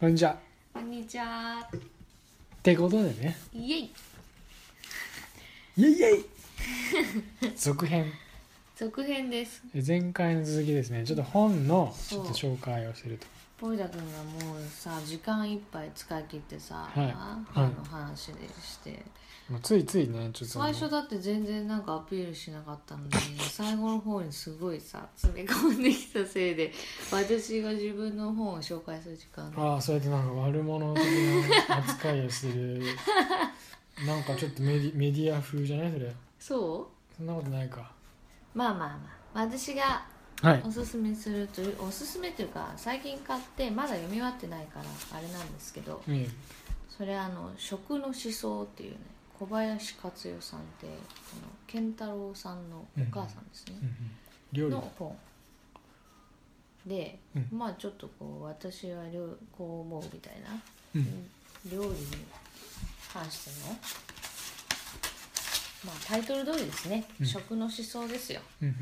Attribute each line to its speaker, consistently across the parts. Speaker 1: こんにちは。っ
Speaker 2: こんにちは。
Speaker 1: てことでね、
Speaker 2: イエイ。
Speaker 1: イェイイェイ続編。
Speaker 2: 続編です。
Speaker 1: 前回の続きですね、ちょっと本のち
Speaker 2: そ
Speaker 1: ょっ
Speaker 2: う
Speaker 1: と紹介をすると。
Speaker 2: ポイダ君がもうさ時間いっぱい使い切ってさ、
Speaker 1: はい
Speaker 2: あ
Speaker 1: はい
Speaker 2: の話でして、
Speaker 1: もうついついね、ちょっとあ
Speaker 2: 最
Speaker 1: の
Speaker 2: 初だって全然なんかアピールしなかったのに最後の方にすごいさ詰め込んできたせいで私が自分の本を紹介する時間が
Speaker 1: ああ、そうやってなんか悪者的な扱いをして る。なんかちょっとメディメディア風じゃないそれ。
Speaker 2: そ
Speaker 1: そんなことないか。
Speaker 2: うまあまあまあ私が
Speaker 1: はい。
Speaker 2: おすすめするというおすすめというか最近買ってまだ読み終わってないからあれなんですけど
Speaker 1: うん。
Speaker 2: それあの「食の思想」っていうね小林克代さんってこの健太郎さんのお母さんですね、
Speaker 1: うんうん料理。
Speaker 2: の本で、
Speaker 1: うん
Speaker 2: まあちょっとこう私は料こう思うみたいな、
Speaker 1: うん。
Speaker 2: 料理に関しての、まあ、タイトル通りですね「
Speaker 1: うん
Speaker 2: 食の思想」ですよ
Speaker 1: うん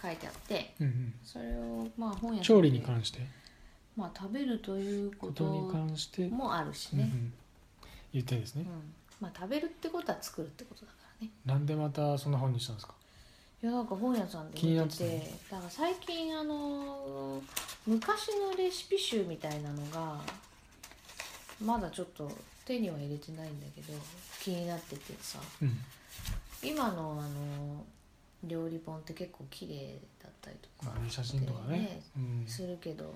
Speaker 2: 書いてあって
Speaker 1: うん。うん
Speaker 2: それをまあ本
Speaker 1: うん。
Speaker 2: 屋さ
Speaker 1: 調
Speaker 2: ん
Speaker 1: 理に関して。
Speaker 2: まあ食べるというこ
Speaker 1: ことに
Speaker 2: と
Speaker 1: 関して。
Speaker 2: もあるし
Speaker 1: うんう
Speaker 2: ね、
Speaker 1: ん。言ってんです
Speaker 2: う
Speaker 1: ね
Speaker 2: ん。まあ食べるってことは作るってことだからね
Speaker 1: なんでまたそんな本にしたんですか。
Speaker 2: いやなんか本屋さんで
Speaker 1: 気にな
Speaker 2: 見
Speaker 1: っててた
Speaker 2: て
Speaker 1: ね
Speaker 2: だから最近あのー昔のレシピ集みたいなのがまだちょっと手には入れてないんだけど気になっててさ
Speaker 1: うん。
Speaker 2: 今のあのー料理本って結構綺麗だったりとか
Speaker 1: あの写真とかね。
Speaker 2: ね
Speaker 1: うん。
Speaker 2: するけど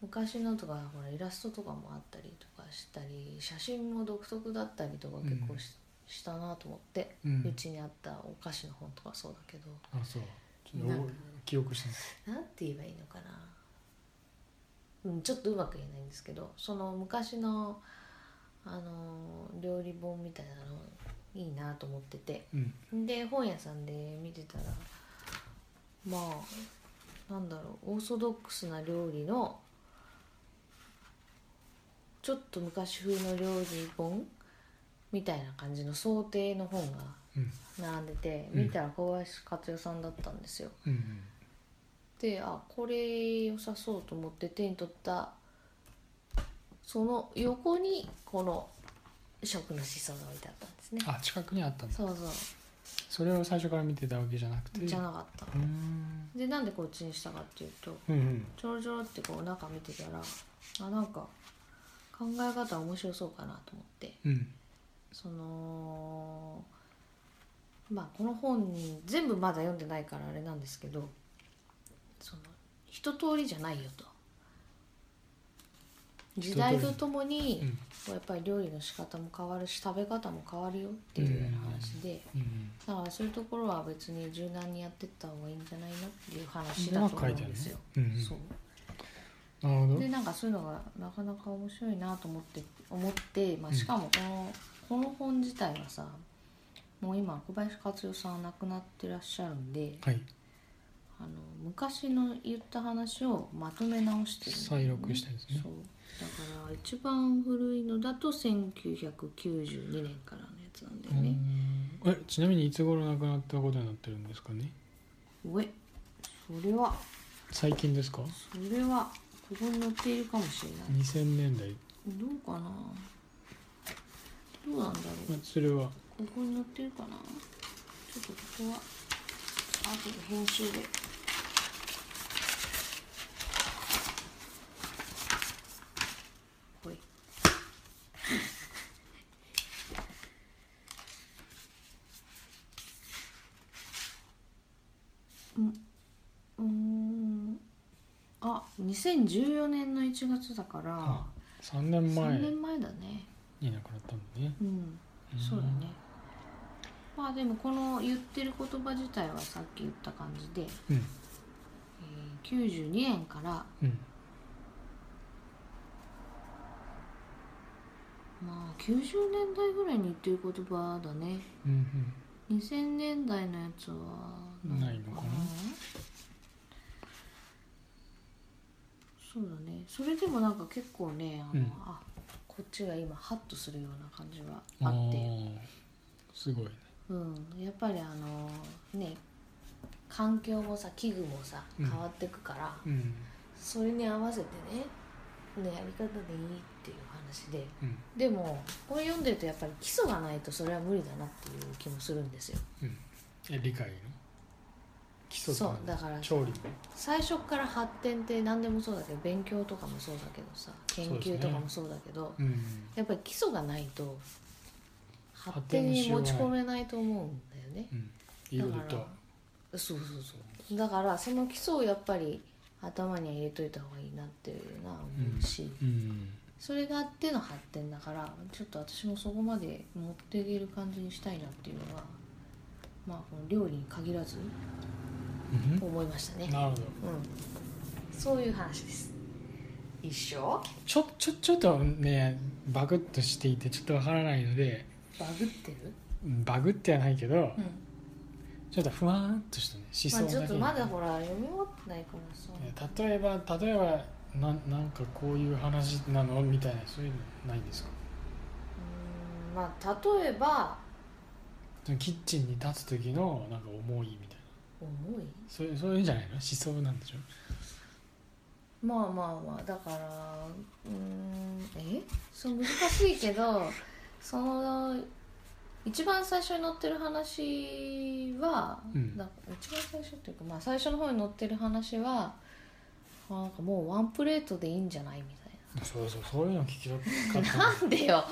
Speaker 2: 昔のとかほらイラストとかもあったりとかしたり写真も独特だったりとか結構し,、したなと思って
Speaker 1: うん
Speaker 2: うちにあったお菓子の本とかそうだけど。
Speaker 1: あそうちょっとお記憶してます
Speaker 2: なんて言えばいいのかな、うん、ちょっとうまく言えないんですけどその昔のあの料理本みたいなのいいなと思ってて
Speaker 1: うん
Speaker 2: で本屋さんで見てたらまあなんだろうオーソドックスな料理のちょっと昔風の料理本みたいな感じの想定の本が
Speaker 1: うん
Speaker 2: 並んでて
Speaker 1: うん
Speaker 2: 見たら小林克代さんだったんですよ。
Speaker 1: うん
Speaker 2: であこれ良さそうと思って手に取ったその横にこの食の思想が置いてあったんですね
Speaker 1: あ近くにあったんだ
Speaker 2: そうそ
Speaker 1: それを最初から見てたわけじゃなくて
Speaker 2: うじゃなかった
Speaker 1: うーん
Speaker 2: でなんでこっちにしたかっていうと
Speaker 1: うんうん
Speaker 2: ちょろちょろってこう中見てたらあなんか考え方面白そうかなと思って
Speaker 1: うん
Speaker 2: そのまあこの本に全部まだ読んでないからあれなんですけどその一通りじゃないよと時代とともに
Speaker 1: うん
Speaker 2: こうやっぱり料理の仕方も変わるし食べ方も変わるよっていうような話で
Speaker 1: うん
Speaker 2: だからそういうところは別に柔軟にやってった方がいいんじゃないのっていう話
Speaker 1: ま
Speaker 2: だ
Speaker 1: あ
Speaker 2: と
Speaker 1: 書
Speaker 2: 思う
Speaker 1: い
Speaker 2: ん
Speaker 1: てある
Speaker 2: で
Speaker 1: ね
Speaker 2: すよ。
Speaker 1: うんうん
Speaker 2: そう
Speaker 1: なるほど
Speaker 2: でなんかそういうのがなかなか面白いなと思って思って、まあ、しかもこの,、この本自体はさもう今小林克代さんは亡くなってらっしゃるんで
Speaker 1: はい
Speaker 2: あの昔の言った話をまとめ直してるんだよ
Speaker 1: 再録したんですね
Speaker 2: そうだから一番古いのだと1992年からのやつなんだよね、
Speaker 1: うーんえちなみにいつ頃亡くなったことになってるんですかね
Speaker 2: おえそれは
Speaker 1: 最近ですか
Speaker 2: それはここに載っているかもしれない、
Speaker 1: 2000年代
Speaker 2: どうかなどうなんだろう
Speaker 1: まあそれは
Speaker 2: ここに載ってるかなちょっとここはあとで編集でほいうんうーんあ2014年の1月だから
Speaker 1: あ3年前
Speaker 2: 3年前だね
Speaker 1: に亡くなったんだね
Speaker 2: うん
Speaker 1: ん
Speaker 2: そうだねまあでもこの言ってる言葉自体はさっき言った感じで、
Speaker 1: うん
Speaker 2: えー92年から
Speaker 1: うん
Speaker 2: まあ90年代ぐらいに言ってる言葉だね
Speaker 1: うん
Speaker 2: 2000年代のやつは
Speaker 1: ないのかな
Speaker 2: そうだねそれでもなんか結構ねあの、
Speaker 1: うん
Speaker 2: あこっちが今ハッとするような感じは
Speaker 1: うん
Speaker 2: あって
Speaker 1: ーすごいね
Speaker 2: うん、やっぱりあのね環境もさ器具もさ
Speaker 1: うん
Speaker 2: 変わってくから、
Speaker 1: うん
Speaker 2: それに合わせてねのやり方でいいっていう話で
Speaker 1: うん
Speaker 2: でもこれ読んでるとやっぱり基礎がないとそれは無理だなっていう気もするんですよ
Speaker 1: うんえ理解の基礎と
Speaker 2: そうだから
Speaker 1: 調理の
Speaker 2: 最初から発展って何でもそうだけど勉強とかもそうだけどさ研
Speaker 1: そうです
Speaker 2: 究
Speaker 1: ね
Speaker 2: とかもそうだけど、
Speaker 1: うん
Speaker 2: やっぱり基礎がないと発
Speaker 1: 発
Speaker 2: 展
Speaker 1: 展
Speaker 2: に
Speaker 1: しよ
Speaker 2: 持
Speaker 1: うが
Speaker 2: ち
Speaker 1: ない
Speaker 2: 込めないと思うんだよね
Speaker 1: うんいいこと言った
Speaker 2: だからそうそうそうだからその基礎をやっぱり頭には入れといた方がいいなっていうのは思うし、
Speaker 1: うん
Speaker 2: それがあっての発展だからちょっと私もそこまで持っていける感じにしたいなっていうのはまあこの料理に限らず
Speaker 1: うん
Speaker 2: 思いましたね
Speaker 1: なるほど
Speaker 2: うんそういう話です一生
Speaker 1: ちょちょちょっとねバグッとしていてちょっとわからないので
Speaker 2: バグってる
Speaker 1: うんバグってはないけど
Speaker 2: うん、
Speaker 1: ちょっとふわーっとしたね思
Speaker 2: ま
Speaker 1: 想
Speaker 2: あ、ちょ
Speaker 1: だ
Speaker 2: っ
Speaker 1: け
Speaker 2: と
Speaker 1: に
Speaker 2: まだほら読み終わってないからさ
Speaker 1: え例えば例えばなんなんかこういう話なのみたいなそういうのないんですか
Speaker 2: うんまあ例えば
Speaker 1: そのキッチンに立つ時のなんか思いみたいな
Speaker 2: 重い
Speaker 1: そういうそういうんじゃないの思想なんでしょ
Speaker 2: まあまあまあだからうーんえそう難しいけど その一番最初に載ってる話は、
Speaker 1: うん
Speaker 2: だ一番最初っていうか、まあ、最初の方に載ってる話はあなんかもうワンプレートでいいんじゃないみたいな。
Speaker 1: そうそうそういうの聞きたかったな
Speaker 2: なんでよ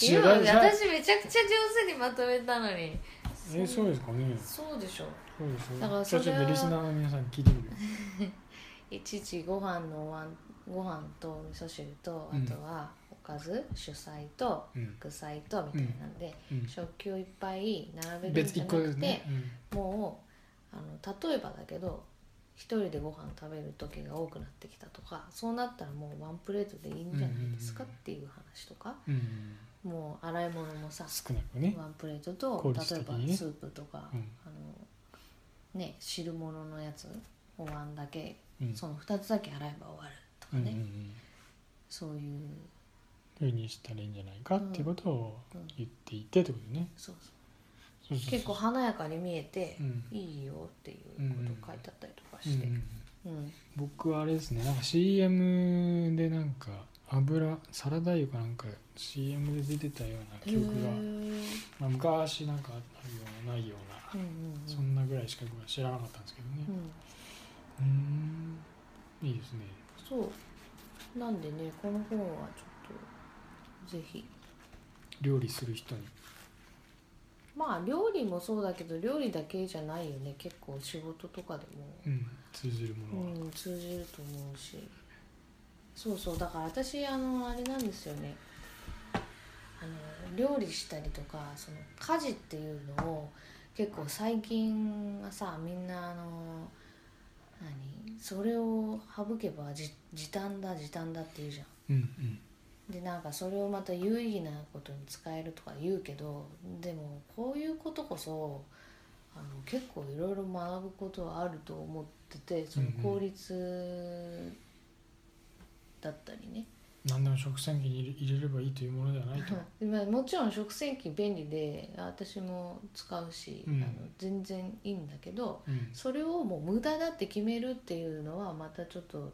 Speaker 1: 違
Speaker 2: 今
Speaker 1: う
Speaker 2: 私め
Speaker 1: じ
Speaker 2: ち
Speaker 1: ゃ
Speaker 2: ゃ
Speaker 1: あ
Speaker 2: くちゃ上手にまとめたのに
Speaker 1: えそうですかね
Speaker 2: そうでしょ
Speaker 1: そうですよ
Speaker 2: だから
Speaker 1: じゃあ
Speaker 2: そ
Speaker 1: ち
Speaker 2: れ
Speaker 1: ょ
Speaker 2: は
Speaker 1: っとリスナーの皆さん聞いてみる
Speaker 2: いちいちご飯のワンご飯と味噌汁と
Speaker 1: うん
Speaker 2: あとはおかず、主菜と
Speaker 1: うん
Speaker 2: 具材とみたいなんで、
Speaker 1: う
Speaker 2: 食器をいっぱい並
Speaker 1: ん
Speaker 2: べるん
Speaker 1: 別
Speaker 2: じゃ
Speaker 1: 一
Speaker 2: な
Speaker 1: 個で
Speaker 2: く
Speaker 1: す
Speaker 2: て、
Speaker 1: ね、
Speaker 2: もうあの例えばだけど一人でご飯食べる時が多くなってきたとかそうなったらもうワンプレートでいいんじゃないですか
Speaker 1: う
Speaker 2: っ
Speaker 1: んうんうん
Speaker 2: ていう話とか、
Speaker 1: うんうん、
Speaker 2: もう洗い物もさ
Speaker 1: 少なくね、
Speaker 2: ワンプレートと
Speaker 1: 効
Speaker 2: 例
Speaker 1: 率
Speaker 2: え
Speaker 1: 的
Speaker 2: ば
Speaker 1: にね
Speaker 2: スープとか、
Speaker 1: うん
Speaker 2: あのね汁物のやつお椀だけ
Speaker 1: うん、
Speaker 2: その2つだけ洗えば終わるとか
Speaker 1: うん
Speaker 2: ね、
Speaker 1: うんうん
Speaker 2: そういう、
Speaker 1: ふうにしたらいいんじゃないかっていうことを
Speaker 2: うん
Speaker 1: 言っていてってことね、
Speaker 2: そう
Speaker 1: そ
Speaker 2: そう
Speaker 1: うそうそう
Speaker 2: 結構華やかに見えて、
Speaker 1: うん
Speaker 2: いいよっていうことを書いてあったりとか
Speaker 1: うんう
Speaker 2: して、
Speaker 1: ん
Speaker 2: うん
Speaker 1: 僕はあれですねなんか CM でなんか油サラダ油かなんか CM で出てたような記憶が
Speaker 2: へ、ー
Speaker 1: まあ、昔なんかあるようなないような
Speaker 2: うんうんうん
Speaker 1: そんなぐらいしか僕は知らなかったんですけどね
Speaker 2: うん
Speaker 1: うんいいですね
Speaker 2: そうなんでねこの本はちょっとぜひ
Speaker 1: 料理する人に
Speaker 2: まあ料理もそうだけど料理だけじゃないよね結構仕事とかで
Speaker 1: う
Speaker 2: も、
Speaker 1: ん通ずるものは、
Speaker 2: うん、通じると思うしそうそうだから私あのあれなんですよねあの料理したりとかその家事っていうのを結構最近はさみんなあの何それを省けばじ時短だ時短だって言うじゃん。
Speaker 1: うんうん
Speaker 2: でなんかそれをまた有意義なことに使えるとか言うけどでもこういうことこそあの結構いろいろ学ぶことはあると思っててその
Speaker 1: うんうん
Speaker 2: 効率だったりね、
Speaker 1: 何でも食洗機に入れ入れればいいというものではないと
Speaker 2: まあもちろん食洗機便利で私も使うし、
Speaker 1: うん
Speaker 2: あの全然いいんだけど
Speaker 1: うん
Speaker 2: それをもう無駄だって決めるっていうのはまたちょっと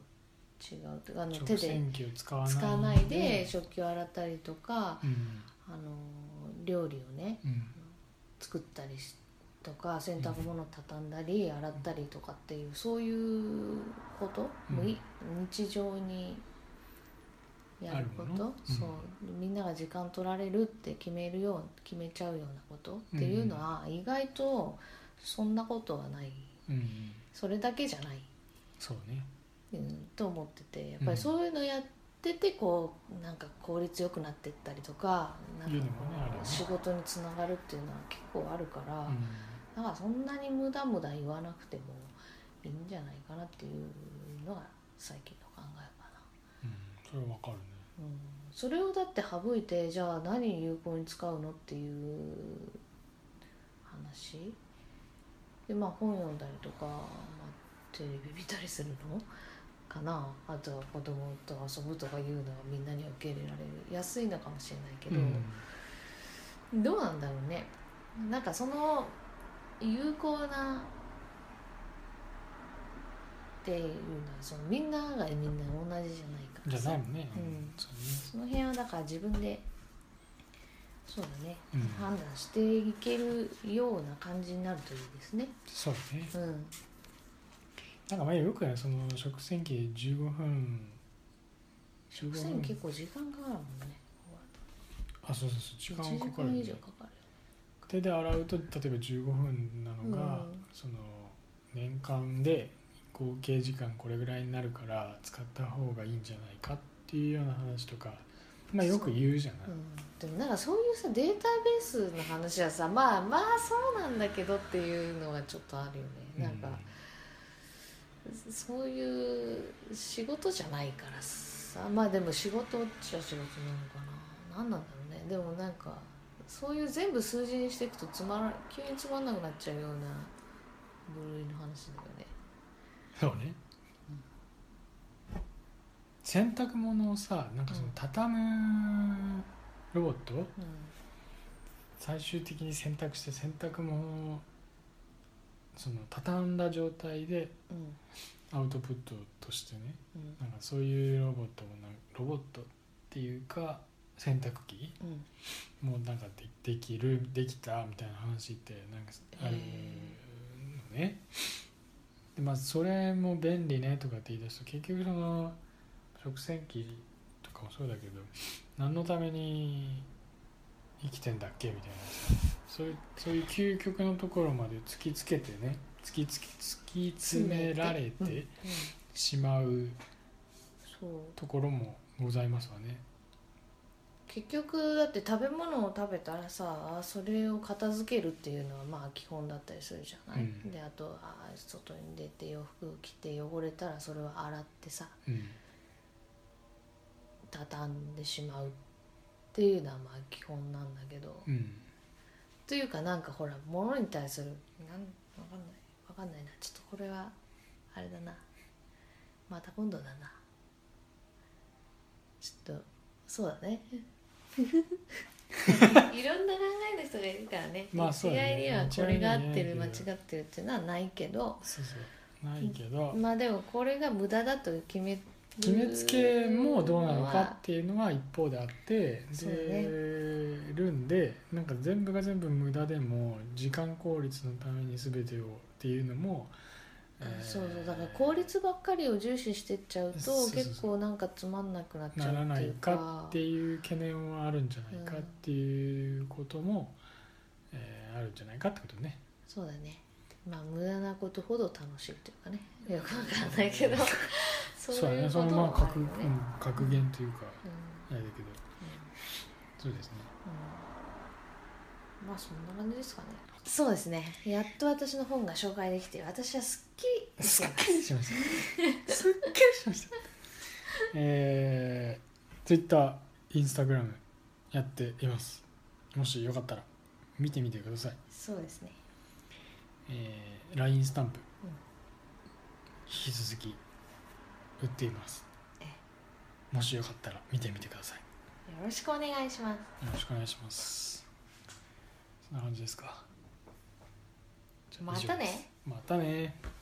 Speaker 2: 違うっていうかあの手
Speaker 1: 食
Speaker 2: で
Speaker 1: 洗機を使わない
Speaker 2: 使わないで食器を洗ったりとか。
Speaker 1: うん
Speaker 2: あの料理をね
Speaker 1: うん
Speaker 2: 作ったりしとか洗濯物畳んだり洗ったりとかっていうそういうこと、
Speaker 1: うん
Speaker 2: もうい日常にやるこ
Speaker 1: ある
Speaker 2: と、
Speaker 1: もの
Speaker 2: そうみんなが時間取られるって決めるよう決めちゃうようなことっていうのは、意外とそんなことはない
Speaker 1: うんうん
Speaker 2: それだけじゃない、
Speaker 1: そうね
Speaker 2: うん、と思っててやっぱ
Speaker 1: うん
Speaker 2: りそういうのやっててこうなんか効率よくなってったりとかなんか
Speaker 1: いうのも
Speaker 2: こ
Speaker 1: ねあるよ
Speaker 2: う
Speaker 1: ね
Speaker 2: 仕事につながるっていうのは結構あるから、
Speaker 1: う
Speaker 2: だからそんなに無駄無駄言わなくてもいいんじゃないかなっていうのが最近の考えかな。
Speaker 1: ん、うん、それはわかるね
Speaker 2: うん、それをだって省いてじゃあ何に有効に使うのっていう話でまあ本読んだりとか、まあ、テレビ見たりするのかなあとは子供と遊ぶとかいうのはみんなには受け入れられる安いのかもしれないけど、どうなんだろうねなんかその有効なっていうのはそのみんながみんな同じじゃないから
Speaker 1: じゃ
Speaker 2: さ
Speaker 1: ないもんね、
Speaker 2: うん
Speaker 1: そう
Speaker 2: その辺はだから自分でそうだね、
Speaker 1: うん
Speaker 2: 判断していけるような感じになるといいですね。
Speaker 1: そうね
Speaker 2: うん、
Speaker 1: なんか前よくやるその食洗機15分
Speaker 2: 食洗結構時間かかるもんね。
Speaker 1: あそうそうそう時間かかる
Speaker 2: 1時間
Speaker 1: よ
Speaker 2: 以上
Speaker 1: ね
Speaker 2: かかる
Speaker 1: 手で洗うと例えば15分なのが、
Speaker 2: うん
Speaker 1: その年間で合計時間これぐらいになるから使った方がいいんじゃないかっていうような話とかまあよく言うじゃない
Speaker 2: よ、うん、でもなんかそういうさデータベースの話はさまあまあそうなんだけどっていうのがちょっとあるよね。なんか、そういう仕事じゃないからさまあでも仕事っちゃ仕事なのかな何なんだろうねでもなんかそういう全部数字にしていくとつまら急につまんなくなっちゃうような部類の話だよね
Speaker 1: そうね、洗濯物をさなんかその
Speaker 2: うん
Speaker 1: 畳むロボット、
Speaker 2: う
Speaker 1: 最終的に洗濯して洗濯物をその畳んだ状態で
Speaker 2: んうん
Speaker 1: アウトプットとしてね
Speaker 2: うん
Speaker 1: なんかそういうロボットもなんロボットっていうか洗濯機
Speaker 2: うん
Speaker 1: もなんかでできるできたみたいな話ってなんかあるのね。でまあそれも便利ねとかって言い出すと結局その食洗機とかもそうだけど何のために生きてんだっけみたいなさそういうそういう究極のところまで突きつけてね突きつき突き詰められ
Speaker 2: うんうん
Speaker 1: てしまう
Speaker 2: そう
Speaker 1: ところもございますわね。
Speaker 2: 結局だって食べ物を食べたらさあそれを片付けるっていうのはまあ基本だったりするじゃない、
Speaker 1: うん
Speaker 2: であとあ外に出て洋服着て汚れたらそれは洗ってさ
Speaker 1: うん
Speaker 2: 畳んでしまうっていうのはまあ基本なんだけど
Speaker 1: うん
Speaker 2: というかなんかほら物に対するなんわかんないわかんないなちょっとこれはあれだなまた今度だなちょっとそうだ ねいろんな考えの人がいるからね,、
Speaker 1: まあそうだね
Speaker 2: 一概にはこれが合って
Speaker 1: 一概
Speaker 2: る
Speaker 1: に
Speaker 2: 間
Speaker 1: は
Speaker 2: 違
Speaker 1: ね
Speaker 2: ってるっていうのはないけど
Speaker 1: そうそうないけど、
Speaker 2: まあでもこれが無駄だと決める
Speaker 1: 決めつけもどうなのかっていうのは一方であって
Speaker 2: そうね
Speaker 1: でるんでなんか全部が全部無駄でも時間効率のために全てをっていうのも、えー
Speaker 2: そうそうだから効率ばっかりを重視してっちゃうと
Speaker 1: そうそうそう
Speaker 2: 結構なんかつまんなくなっち
Speaker 1: な
Speaker 2: ゃ
Speaker 1: ら
Speaker 2: うっ
Speaker 1: な
Speaker 2: てい
Speaker 1: いう
Speaker 2: か
Speaker 1: かっていう懸念はあるんじゃないかっていうことも、えーあるんじゃないかってことね。
Speaker 2: そうだねまあ無駄なことほど楽しいっていうかねよくわかんないけどそういう こ
Speaker 1: そ
Speaker 2: と
Speaker 1: のまあ
Speaker 2: もあ
Speaker 1: 格,、う
Speaker 2: るよ
Speaker 1: ん
Speaker 2: ね、
Speaker 1: 格言というか
Speaker 2: うん
Speaker 1: あれだけどそうですね。
Speaker 2: うんまあそんな感じですかねそうですねやっと私の本が紹介できて私はすっきり
Speaker 1: す
Speaker 2: し
Speaker 1: ってきりしました。すっきりしました。えー、Twitter、Instagram やっています。もしよかったら見てみてください。
Speaker 2: そうですね
Speaker 1: えー、LINE スタンプ、
Speaker 2: うん
Speaker 1: 引き続き売っています
Speaker 2: え。
Speaker 1: もしよかったら見てみてください。
Speaker 2: よろしくお願いします
Speaker 1: よろしくお願いします。そんな感じですか。じゃあ
Speaker 2: またね
Speaker 1: 以上ですまたね。